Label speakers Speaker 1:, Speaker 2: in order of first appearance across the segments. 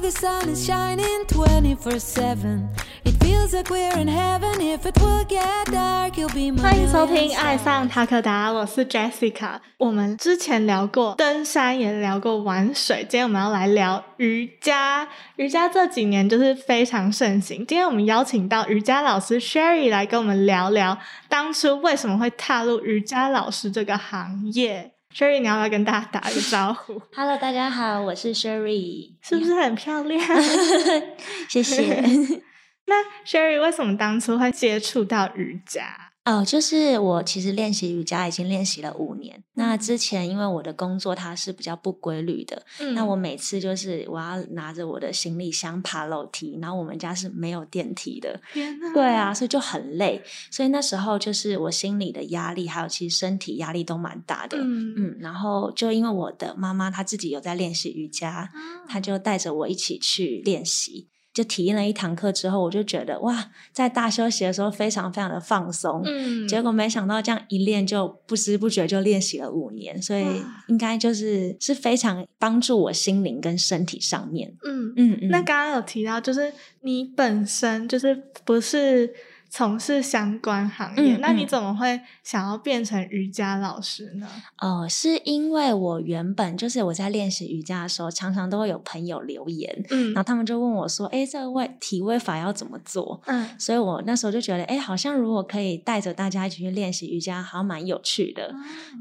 Speaker 1: the sun is shining 24 7. It feels like we're in heaven. If it will get dark, you'll be my
Speaker 2: 欢迎收
Speaker 1: million
Speaker 2: 听《爱
Speaker 1: stars.
Speaker 2: 上塔克达》，我是 Jessica。我们之前聊过登山，也聊过玩水，今天我们要来聊瑜伽。瑜伽这几年就是非常盛行。今天我们邀请到瑜伽老师 Sherry 来跟我们聊聊当初为什么会踏入瑜伽老师这个行业。Sherry，你要不要跟大家打个招 呼？
Speaker 3: Hello，大家好，我是 Sherry，
Speaker 2: 是不是很漂 亮？
Speaker 3: 谢谢。
Speaker 2: 那 Sherry 为什么当初会接触到瑜伽？
Speaker 3: 哦，就是我其实练习瑜伽已经练习了五年。那之前因为我的工作它是比较不规律的，
Speaker 2: 嗯
Speaker 3: 那我每次就是我要拿着我的行李箱爬楼梯，然后我们家是没有电梯的，
Speaker 2: 天哪
Speaker 3: 对啊，，所以就很累。所以那时候就是我心里的压力，还有其实身体压力都蛮大的。
Speaker 2: 嗯
Speaker 3: 嗯，然后就因为我的妈妈她自己有在练习瑜伽，他
Speaker 2: 啊
Speaker 3: 就带着我一起去练习。就体验了一堂课之后，我就觉得哇，在大休息的时候非常非常的放松。
Speaker 2: 嗯
Speaker 3: 结果没想到这样一练就不知不觉就练习了五年，所以
Speaker 2: 哇
Speaker 3: 应该就是是非常帮助我心灵跟身体上面。
Speaker 2: 嗯
Speaker 3: 嗯嗯，
Speaker 2: 那刚刚有提到，就是你本身就是不是从事相关行业，
Speaker 3: 嗯
Speaker 2: 那你
Speaker 3: 嗯
Speaker 2: 怎么会想要变成瑜伽老师呢？
Speaker 3: 呃，是因为我原本就是我在练习瑜伽的时候，常常都会有朋友留言，
Speaker 2: 嗯
Speaker 3: 然后他们就问我说：“诶，这个位体位法要怎么做？”
Speaker 2: 嗯
Speaker 3: 所以我那时候就觉得，哎，好像如果可以带着大家一起去练习瑜伽，好像蛮有趣
Speaker 2: 哦
Speaker 3: 的。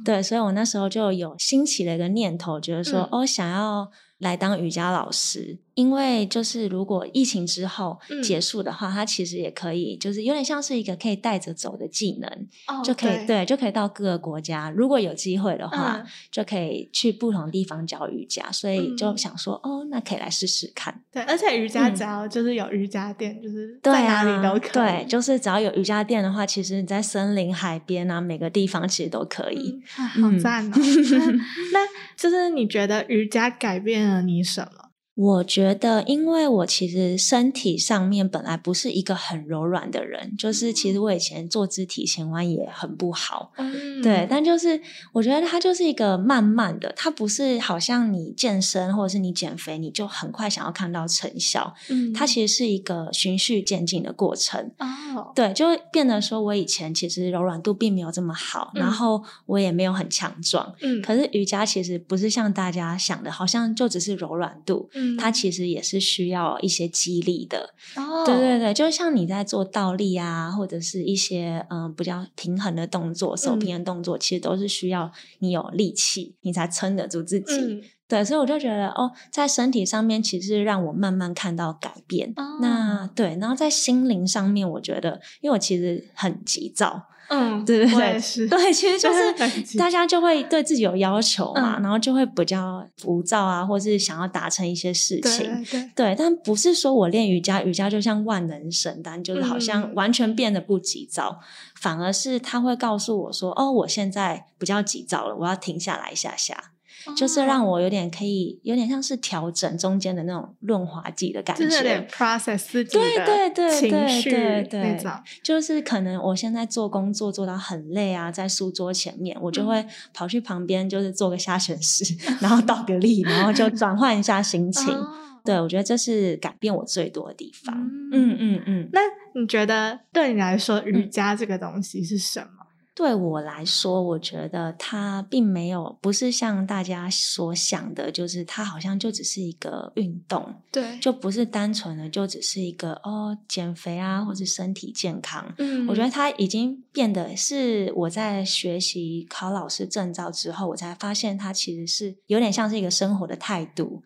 Speaker 3: 对，所以我那时候就有兴起了一个念头，觉得说，
Speaker 2: 嗯
Speaker 3: 哦，想要来当瑜伽老师，因为就是如果疫情之后
Speaker 2: 嗯
Speaker 3: 结束的话，它其实也可以，就是有点像是一个可以带着走的技能，
Speaker 2: 哦
Speaker 3: 就可以对，就可以到各个国家，如果有机会的话，
Speaker 2: 嗯
Speaker 3: 就可以去不同地方教瑜伽，所以就
Speaker 2: 嗯
Speaker 3: 想说，哦，那可以来试试看。
Speaker 2: 对，而且瑜伽
Speaker 3: 嗯
Speaker 2: 只要就是有瑜伽垫，就是
Speaker 3: 对
Speaker 2: 在
Speaker 3: 啊，
Speaker 2: 哪里都可以。
Speaker 3: 对，就是只要有瑜伽垫的话，其实你在森林、海边啊，每个地方其实都可以。
Speaker 2: 嗯啊好
Speaker 3: 嗯
Speaker 2: 赞哦！那 那就是你觉得瑜伽改变了你什么？
Speaker 3: 我觉得，因为我其实身体上面本来不是一个很柔软的人，就是其实我以前坐姿体前弯也很不好。
Speaker 2: 嗯
Speaker 3: 对，但就是我觉得它就是一个慢慢的，它不是好像你健身或者是你减肥，你就很快想要看到成效，
Speaker 2: 嗯
Speaker 3: 它其实是一个循序渐进的过程。
Speaker 2: 哦，
Speaker 3: 对，就会变得说我以前其实柔软度并没有这么好，
Speaker 2: 嗯
Speaker 3: 然后我也没有很强壮。
Speaker 2: 嗯，
Speaker 3: 可是瑜伽其实不是像大家想的，好像就只是柔软度，
Speaker 2: 嗯
Speaker 3: 它其实也是需要一些激励的。
Speaker 2: 哦，
Speaker 3: 对对对，就像你在做倒立啊，或者是一些嗯、呃比较平衡的动作、手
Speaker 2: 嗯
Speaker 3: 平衡动作，其实都是需要你有力气，你才撑得住自己。
Speaker 2: 嗯，
Speaker 3: 对，所以我就觉得哦，在身体上面其实让我慢慢看到改变。
Speaker 2: 哦
Speaker 3: 那对，然后在心灵上面，我觉得，因为我其实很急躁，
Speaker 2: 嗯，
Speaker 3: 对对
Speaker 2: 我也
Speaker 3: 对，
Speaker 2: 是，
Speaker 3: 对，其实就
Speaker 2: 很急
Speaker 3: 是大家就会对自己有要求嘛，
Speaker 2: 嗯
Speaker 3: 然后就会比较浮躁啊，或是想要达成一些事
Speaker 2: 对
Speaker 3: 情。
Speaker 2: 对对，
Speaker 3: 对，但不是说我练瑜伽，瑜伽就像万能神丹，就是好像
Speaker 2: 嗯
Speaker 3: 完全变得不急躁，反而是他会告诉我说：“哦，我现在比较急躁了，我要停下来一下下。”
Speaker 2: 哦
Speaker 3: 就是让我有点可以，有点像是调整中间的那种润滑剂的感
Speaker 2: 就是有点
Speaker 3: 觉。
Speaker 2: process 自己
Speaker 3: 对对
Speaker 2: 的
Speaker 3: 对
Speaker 2: 情
Speaker 3: 对
Speaker 2: 绪
Speaker 3: 对
Speaker 2: 那
Speaker 3: 对
Speaker 2: 种，，
Speaker 3: 就是可能我现在做工作做到很累啊，在书桌前面，我就
Speaker 2: 嗯
Speaker 3: 会跑去旁边，就是做个下犬式，然后倒个立，然后就转换一下心情。
Speaker 2: 哦
Speaker 3: 对，我觉得这是改变我最多的地方。
Speaker 2: 嗯
Speaker 3: 嗯嗯嗯，
Speaker 2: 那你觉得对你来说，瑜伽这个东西是什么？
Speaker 3: 对我来说，我觉得它并没有不是像大家所想的，就是它好像就只是一个运动。
Speaker 2: 对
Speaker 3: 就不是单纯的就只是一个哦减肥啊，或是身体健康。
Speaker 2: 嗯
Speaker 3: 我觉得它已经变得是我在学习考老师证照之后，我才发现它其实是有点像是一个生活的态度。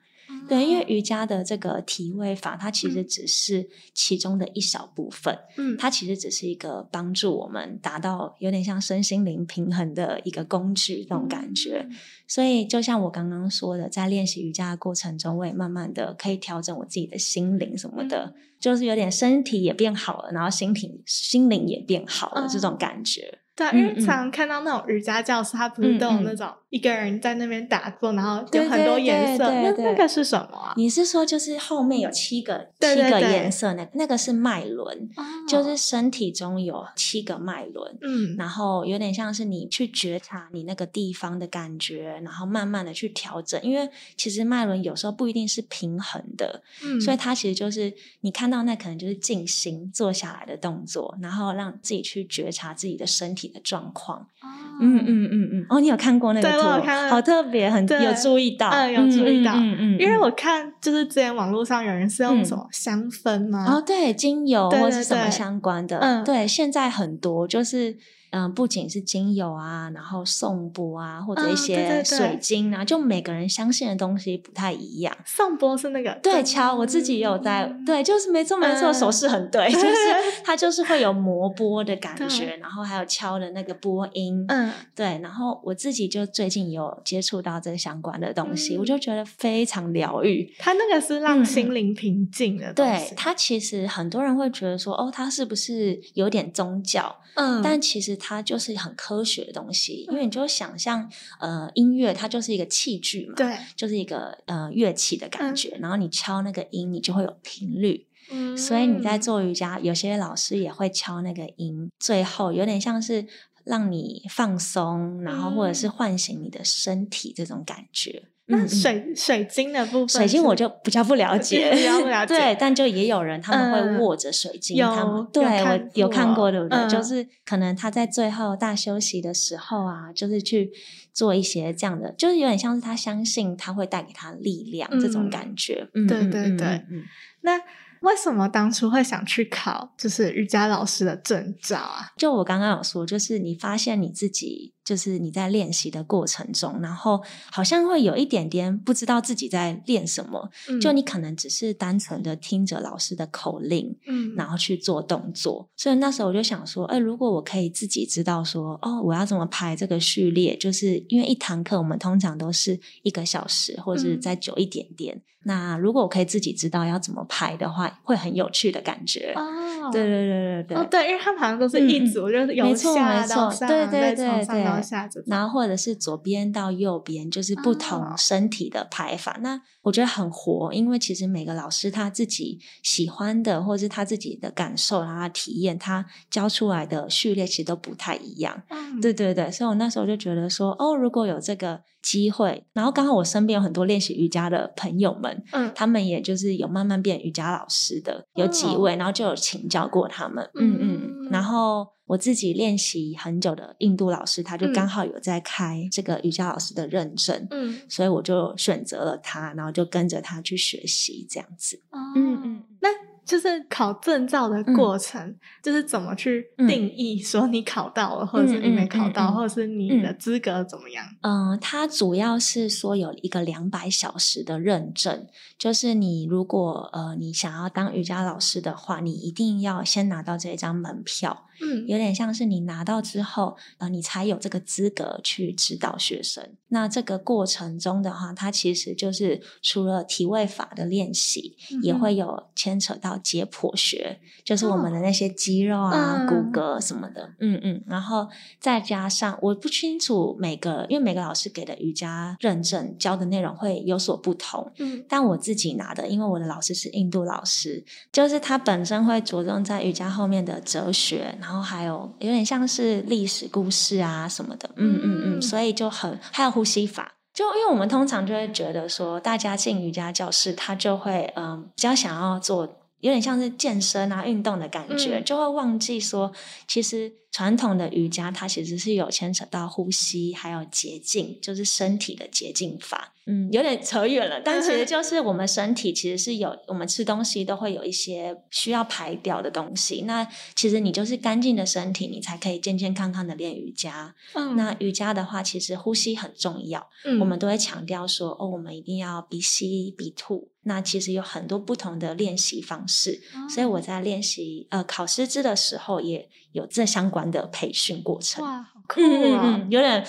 Speaker 3: 对，
Speaker 2: 哦
Speaker 3: 因为瑜伽的这个体位法，它其实只是其中的一小部分，
Speaker 2: 嗯
Speaker 3: 它其实只是一个帮助我们达到有点像身心灵平衡的一个工具那种感觉。，
Speaker 2: 嗯
Speaker 3: 所以，就像我刚刚说的，在练习瑜伽的过程中，我也慢慢的可以调整我自己的心灵什么
Speaker 2: 嗯
Speaker 3: 的，就是有点身体也变好了，然后心体心灵也变好了、这种感觉。
Speaker 2: 对啊，
Speaker 3: 嗯
Speaker 2: 因为
Speaker 3: 嗯
Speaker 2: 常看到那种瑜伽教室，它不是
Speaker 3: 嗯
Speaker 2: 都有
Speaker 3: 嗯
Speaker 2: 那种一个人在那边打坐，然后有
Speaker 3: 对
Speaker 2: 很多
Speaker 3: 对
Speaker 2: 颜
Speaker 3: 对
Speaker 2: 色，那
Speaker 3: 对
Speaker 2: 那
Speaker 3: 对
Speaker 2: 个是什么啊？
Speaker 3: 你是说就是后面有七个
Speaker 2: 对对
Speaker 3: 七个
Speaker 2: 对哦
Speaker 3: 颜色那那个是脉轮，哦就是身体中有七个脉轮。
Speaker 2: 嗯，
Speaker 3: 然后有点像是你去觉察你那个地方的感觉，然后慢慢的去调整，因为其实脉轮有时候不一定是平衡的，
Speaker 2: 嗯
Speaker 3: 所以它其实就是你看到那可能就是静心坐下来的动作，然后让自己去觉察自己的身体的状况。
Speaker 1: Oh.
Speaker 3: 嗯嗯嗯嗯。哦，你有看过那个
Speaker 2: 对
Speaker 3: 图？哦
Speaker 2: 我有看到
Speaker 3: 好特别，很
Speaker 2: 对
Speaker 3: 有注意到，
Speaker 2: 嗯有注意到
Speaker 3: 嗯嗯嗯嗯
Speaker 2: 因为我看就是之前网络上有人是用什么香氛
Speaker 3: 哦，
Speaker 2: 吗？
Speaker 3: 对，精
Speaker 2: 嗯
Speaker 3: 油
Speaker 2: 对
Speaker 3: 或
Speaker 2: 对
Speaker 3: 是什么
Speaker 2: 对
Speaker 3: 相关的，
Speaker 2: 嗯
Speaker 3: 对，现在很多就是。嗯，不仅是精油啊，然后颂钵啊，
Speaker 2: 嗯
Speaker 3: 或者
Speaker 2: 对
Speaker 3: 一
Speaker 2: 对对
Speaker 3: 些水晶啊，就每个人相信的东西不太一样。
Speaker 2: 颂钵是那个
Speaker 3: 对，乔，我自己也有在，对，就是没错没错，
Speaker 2: 嗯
Speaker 3: 手势很对，就是 它就是会有磨波的感觉，
Speaker 2: 对
Speaker 3: 然后还有敲的那个波音，
Speaker 2: 嗯，
Speaker 3: 对，然后我自己就最近有接触到这相关的东西，
Speaker 2: 嗯
Speaker 3: 我就觉得非常疗愈。
Speaker 2: 它那个是让心灵平静的东
Speaker 3: 嗯对
Speaker 2: 西，
Speaker 3: 它其实很多人会觉得说，哦，它是不是有点宗教？
Speaker 2: 嗯
Speaker 3: 但其实它就是很科学的东西，因为你就想象，呃，音乐它就是一个器具嘛，
Speaker 2: 对，
Speaker 3: 就是一个呃乐器的感
Speaker 2: 嗯
Speaker 3: 觉，然后你敲那个音，你就会有频率。
Speaker 2: 嗯
Speaker 3: 所以你在做瑜伽，有些老师也会敲那个音，最后有点像是让你放松，然后或者是
Speaker 2: 嗯
Speaker 3: 唤醒你的身体这种感觉。嗯
Speaker 2: 那
Speaker 3: 嗯
Speaker 2: 水水晶的部分是，
Speaker 3: 水晶我就比较不了 解，
Speaker 2: 比较不 了解
Speaker 3: 对，但就也有人他们
Speaker 2: 嗯
Speaker 3: 会握着水晶，
Speaker 2: 有
Speaker 3: 他们
Speaker 2: 有
Speaker 3: 对
Speaker 2: 看
Speaker 3: 我有看
Speaker 2: 过
Speaker 3: 过，对不对？就
Speaker 2: 嗯
Speaker 3: 是可能他在最后大休息的时候啊，就是去做一些这样的，就是有点像是他相信他会带给他力量、这
Speaker 2: 嗯
Speaker 3: 种感觉。嗯，
Speaker 2: 对
Speaker 3: 嗯
Speaker 2: 对
Speaker 3: 嗯
Speaker 2: 对
Speaker 3: 嗯嗯
Speaker 2: 那为什么当初会想去考就是瑜伽老师的证照啊？
Speaker 3: 就我刚刚有说，就是你发现你自己，就是你在练习的过程中，然后好像会有一点点不知道自己在练什么，
Speaker 2: 嗯
Speaker 3: 就你可能只是单纯的听着老师的口令。
Speaker 2: 嗯
Speaker 3: 然后去做动作，所以那时候我就想说，哎，如果我可以自己知道说，哦，我要怎么排这个序列，就是因为一堂课我们通常都是一个小时，或是
Speaker 2: 嗯
Speaker 3: 再久一点点。那如果我可以自己知道要怎么排的话，会很有趣的感觉。
Speaker 2: 哦
Speaker 3: 对对对对对，
Speaker 2: 哦对，因为他们好像都是一组，就是由
Speaker 3: 没错
Speaker 2: 下
Speaker 3: 没
Speaker 2: 到
Speaker 3: 错
Speaker 2: 上，
Speaker 3: 对
Speaker 2: 再
Speaker 3: 对
Speaker 2: 从
Speaker 3: 对
Speaker 2: 上到
Speaker 3: 对
Speaker 2: 下这种。
Speaker 3: 然后或者是左边到右边，就是不
Speaker 2: 哦
Speaker 3: 同身体的排法。那我觉得很活，因为其实每个老师他自己喜欢的，或是他自己的感受，然后他体验，他教出来的序列其实都不太一样。
Speaker 2: 嗯
Speaker 3: 对对对，所以我那时候就觉得说，哦，如果有这个机会，然后刚好我身边有很多练习瑜伽的朋友们，
Speaker 2: 嗯
Speaker 3: 他们也就是有慢慢变瑜伽老师的，有几
Speaker 2: 哦
Speaker 3: 位，然后就有请教过他们，嗯嗯
Speaker 2: 嗯，
Speaker 3: 然后。我自己练习很久的印度老师，他就
Speaker 2: 嗯
Speaker 3: 刚好有在开这个瑜伽老师的认证，
Speaker 2: 嗯
Speaker 3: 所以我就选择了他，然后就跟着他去学习这样子。
Speaker 2: 嗯嗯，那就是考证照的
Speaker 3: 嗯
Speaker 2: 过程，就是怎么去定义说你考到了，或者是你没考到，
Speaker 3: 嗯嗯嗯嗯
Speaker 2: 或者是你的资格怎么样？
Speaker 3: 嗯，它主要是说有一个两百小时的认证，就是你如果呃你想要当瑜伽老师的话，你一定要先拿到这一张门票，
Speaker 2: 嗯
Speaker 3: 有点像是你拿到之后，呃，你才有这个资格去指导学生。那这个过程中的话，它其实就是除了体位法的练习，也
Speaker 2: 嗯
Speaker 3: 会有牵扯到解剖学，就是我们的那些肌肉啊、
Speaker 2: 嗯
Speaker 3: 骨骼什么的，嗯嗯，然后再加上我不清楚每个，因为每个老师给的瑜伽认证教的内容会有所不同，
Speaker 2: 嗯
Speaker 3: 但我自己拿的，因为我的老师是印度老师，就是他本身会着重在瑜伽后面的哲学，然后还有有点像是历史故事啊什么的，嗯嗯
Speaker 2: 嗯
Speaker 3: 嗯，所以就很还有呼吸法。就因为我们通常就会觉得说，大家进瑜伽教室，他就会嗯比较想要做，有点像是健身啊运动的感觉，
Speaker 2: 嗯
Speaker 3: 就会忘记说，其实传统的瑜伽它其实是有牵扯到呼吸，还有捷径，就是身体的捷径法。嗯，有点扯远了，但其
Speaker 2: 嗯
Speaker 3: 实就是我们身体其实是有，我们吃东西都会有一些需要排掉的东西。那其实你就是干净的身体，你才可以健健康康的练瑜伽。
Speaker 2: 嗯
Speaker 3: 那瑜伽的话，其实呼吸很重要。
Speaker 2: 嗯
Speaker 3: 我们都会强调说，哦，我们一定要鼻吸鼻吐。那其实有很多不同的练习方式，
Speaker 2: 哦
Speaker 3: 所
Speaker 1: Oh.
Speaker 3: 以我在练习呃考师资的时候，也有这相关的培训过程。
Speaker 2: 哇，好酷
Speaker 3: 嗯嗯
Speaker 2: 哦！
Speaker 3: 嗯，有点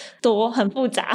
Speaker 3: 多，很复杂。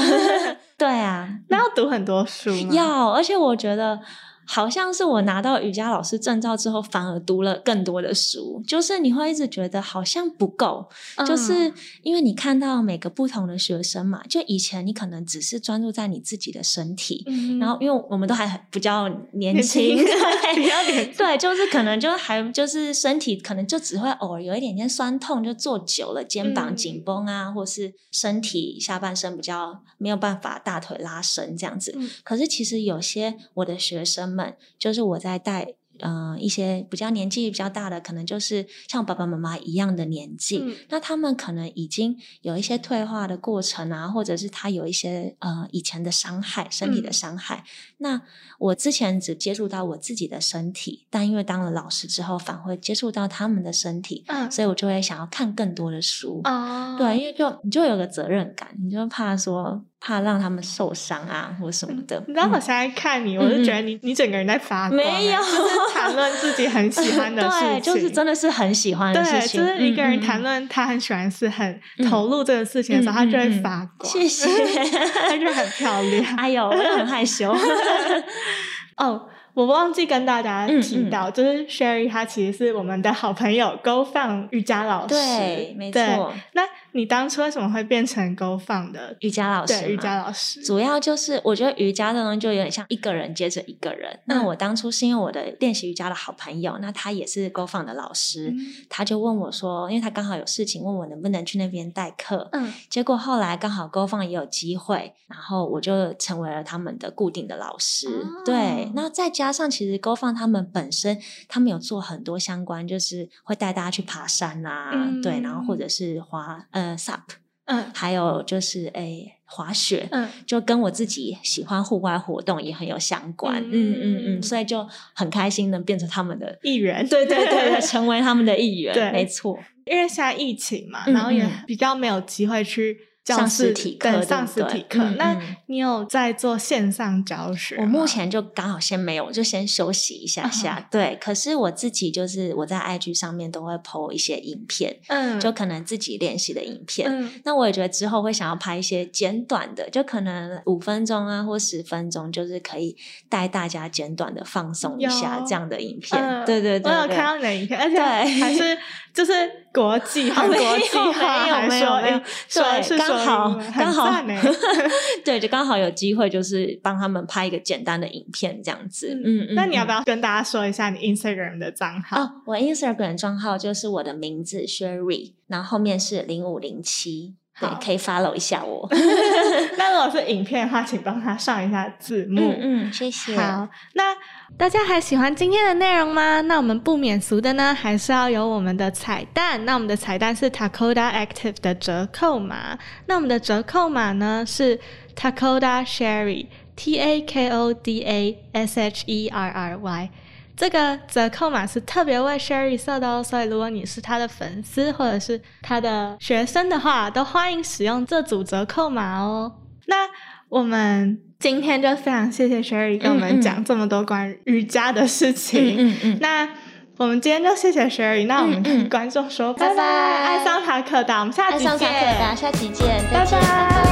Speaker 3: 对啊，
Speaker 2: 那要读很多书吗？
Speaker 3: 要，而且我觉得好像是我拿到瑜伽老师证照之后，反而读了更多的书，就是你会一直觉得好像不够，
Speaker 2: 嗯
Speaker 3: 就是因为你看到每个不同的学生嘛，就以前你可能只是专注在你自己的身体，
Speaker 2: 嗯，
Speaker 3: 然后因为我们都还很比较年
Speaker 2: 年
Speaker 3: 轻，
Speaker 2: 轻
Speaker 3: 对
Speaker 2: 比较年轻
Speaker 3: 对，就是可能就还就是身体可能就只会偶尔有一点点酸痛，就坐久了肩膀
Speaker 2: 嗯
Speaker 3: 紧绷啊，或是身体下半身比较没有办法大腿拉伸这样子。
Speaker 2: 嗯
Speaker 3: 可是其实有些我的学生们，就是我在带。呃，一些比较年纪比较大的，可能就是像爸爸妈妈一样的年纪，
Speaker 2: 嗯
Speaker 3: 那他们可能已经有一些退化的过程啊，或者是他有一些呃以前的伤害，身体的
Speaker 2: 嗯
Speaker 3: 伤害。那我之前只接触到我自己的身体，但因为当了老师之后，反而会接触到他们的身体，
Speaker 2: 嗯
Speaker 3: 所以我就会想要看更多的书。
Speaker 2: 哦，
Speaker 3: 对，因为就你就有个责任感，你就怕说怕让他们受伤啊或什么的。
Speaker 2: 你知道
Speaker 3: 嗯
Speaker 2: 我现在看你，我就觉得你你整个人在发光，欸
Speaker 3: 没有
Speaker 2: 就是谈论自己很喜欢的事
Speaker 3: 对，
Speaker 2: 情，
Speaker 3: 就是真的是很喜欢的事
Speaker 2: 对，
Speaker 3: 情，
Speaker 2: 就是一
Speaker 3: 嗯
Speaker 2: 个人
Speaker 3: 嗯
Speaker 2: 谈
Speaker 3: 嗯
Speaker 2: 论他很喜欢是很
Speaker 3: 嗯
Speaker 2: 投入这个事情的时候，
Speaker 3: 嗯
Speaker 2: 他就会
Speaker 3: 嗯嗯
Speaker 2: 发光，
Speaker 3: 谢谢
Speaker 2: 他就很漂亮。
Speaker 3: 哎呦，我就很 害羞。
Speaker 2: 哦，我忘记跟大家
Speaker 3: 嗯
Speaker 2: 提到，就是 Sherry 她其实是我们的好朋友 Go 放瑜伽老师，
Speaker 3: 对，没
Speaker 2: 对
Speaker 3: 错。
Speaker 2: 那你当初为什么会变成 Go 放的
Speaker 3: 瑜伽老师嘛，
Speaker 2: 对瑜伽老师？
Speaker 3: 主要就是我觉得瑜伽这东西就有点像一个人接着一个人。那
Speaker 2: 嗯
Speaker 3: 我当初是因为我的练习瑜伽的好朋友，那他也是 Go 放的老
Speaker 2: 嗯
Speaker 3: 师，他就问我说，因为他刚好有事情，问我能不能去那边代课。
Speaker 2: 嗯
Speaker 3: 结果后来刚好 Go 放也有机会，然后我就成为了他们的固定的老师。
Speaker 2: 哦
Speaker 3: 对，那再加上其实 Go 放他们本身，他们有做很多相关，就是会带大家去爬山啊，
Speaker 2: 嗯
Speaker 3: 对，然后或者是滑呃 SUP，
Speaker 2: 嗯
Speaker 3: 还有就是诶滑雪，
Speaker 2: 嗯
Speaker 3: 就跟我自己喜欢户外活动也很有相关，嗯嗯
Speaker 2: 嗯
Speaker 3: 嗯，所以就很开心能变成他们的，
Speaker 2: 艺人，
Speaker 3: 对对 对对，成为他们的一员，
Speaker 2: 对
Speaker 3: 没错，
Speaker 2: 因为现在疫情嘛，
Speaker 3: 嗯
Speaker 2: 然后也
Speaker 3: 嗯
Speaker 2: 比较没有机会去教
Speaker 3: 上
Speaker 2: 室
Speaker 3: 实体
Speaker 2: 对
Speaker 3: 课，
Speaker 2: 上实
Speaker 3: 对不对
Speaker 2: 体课。
Speaker 3: 嗯
Speaker 2: 那啊
Speaker 3: 嗯
Speaker 2: 你有在做线上教学吗？
Speaker 3: 我目前就刚好先没有，我就先休息一下
Speaker 2: 嗯
Speaker 3: 下，对。可是我自己就是我在 IG 上面都会 PO 一些影片，
Speaker 2: 嗯
Speaker 3: 就可能自己练习的影片，
Speaker 2: 嗯
Speaker 3: 那我也觉得之后会想要拍一些简短的，就可能五分钟啊，或十分钟，就是可以带大家简短的放松一下
Speaker 2: 有
Speaker 3: 这样的影片。
Speaker 2: 嗯
Speaker 3: 对对对
Speaker 2: 我有
Speaker 3: 对
Speaker 2: 看到你的影片，而且
Speaker 3: 对
Speaker 2: 还是就是国际， 很
Speaker 3: 没有
Speaker 2: 国际化，
Speaker 3: 没有
Speaker 2: 还
Speaker 3: 没有
Speaker 2: 说
Speaker 3: 没有
Speaker 2: 英说
Speaker 3: 对
Speaker 2: 是说
Speaker 3: 刚好
Speaker 2: 英文
Speaker 3: 刚好
Speaker 2: 很赞欸
Speaker 3: 对，就刚好有机会，就是帮他们拍一个简单的影片这样子。嗯，嗯
Speaker 2: 那你要不
Speaker 3: 要？
Speaker 2: 要跟大家说一下你 Instagram 的账号？
Speaker 3: 哦，我 Instagram 账号就是我的名字 Sherry，然后后面是零五零七，对
Speaker 2: 好，嗯
Speaker 3: 可以 follow 一下我。
Speaker 2: 那如果是影片的话，请帮他上一下字幕。
Speaker 3: 嗯嗯，谢谢。
Speaker 2: 好，那大家还喜欢今天的内容吗？那我们不免俗的呢，还是要有我们的彩蛋。那我们的彩蛋是 Takoda Active 的折扣码，那我们的折扣码呢是 Takoda Sherry T A K O D A S H E R R Y。这个折扣码是特别为 Sherry 设的哦，所以如果你是他的粉丝或者是他的学生的话，都欢迎使用这组折扣码哦。那我们今天就非常谢谢 Sherry 跟我们讲这么多关于瑜伽的事情。
Speaker 3: 嗯嗯嗯，
Speaker 2: 那我们今天就谢谢 Sherry，那我们
Speaker 3: 嗯嗯
Speaker 2: 跟观众说拜
Speaker 3: 拜拜
Speaker 2: 爱上塔克达，我们下
Speaker 3: 爱
Speaker 2: 集
Speaker 3: 上
Speaker 2: 见，
Speaker 3: 塔克达，下期见，再
Speaker 2: 拜
Speaker 3: 见，拜
Speaker 2: 拜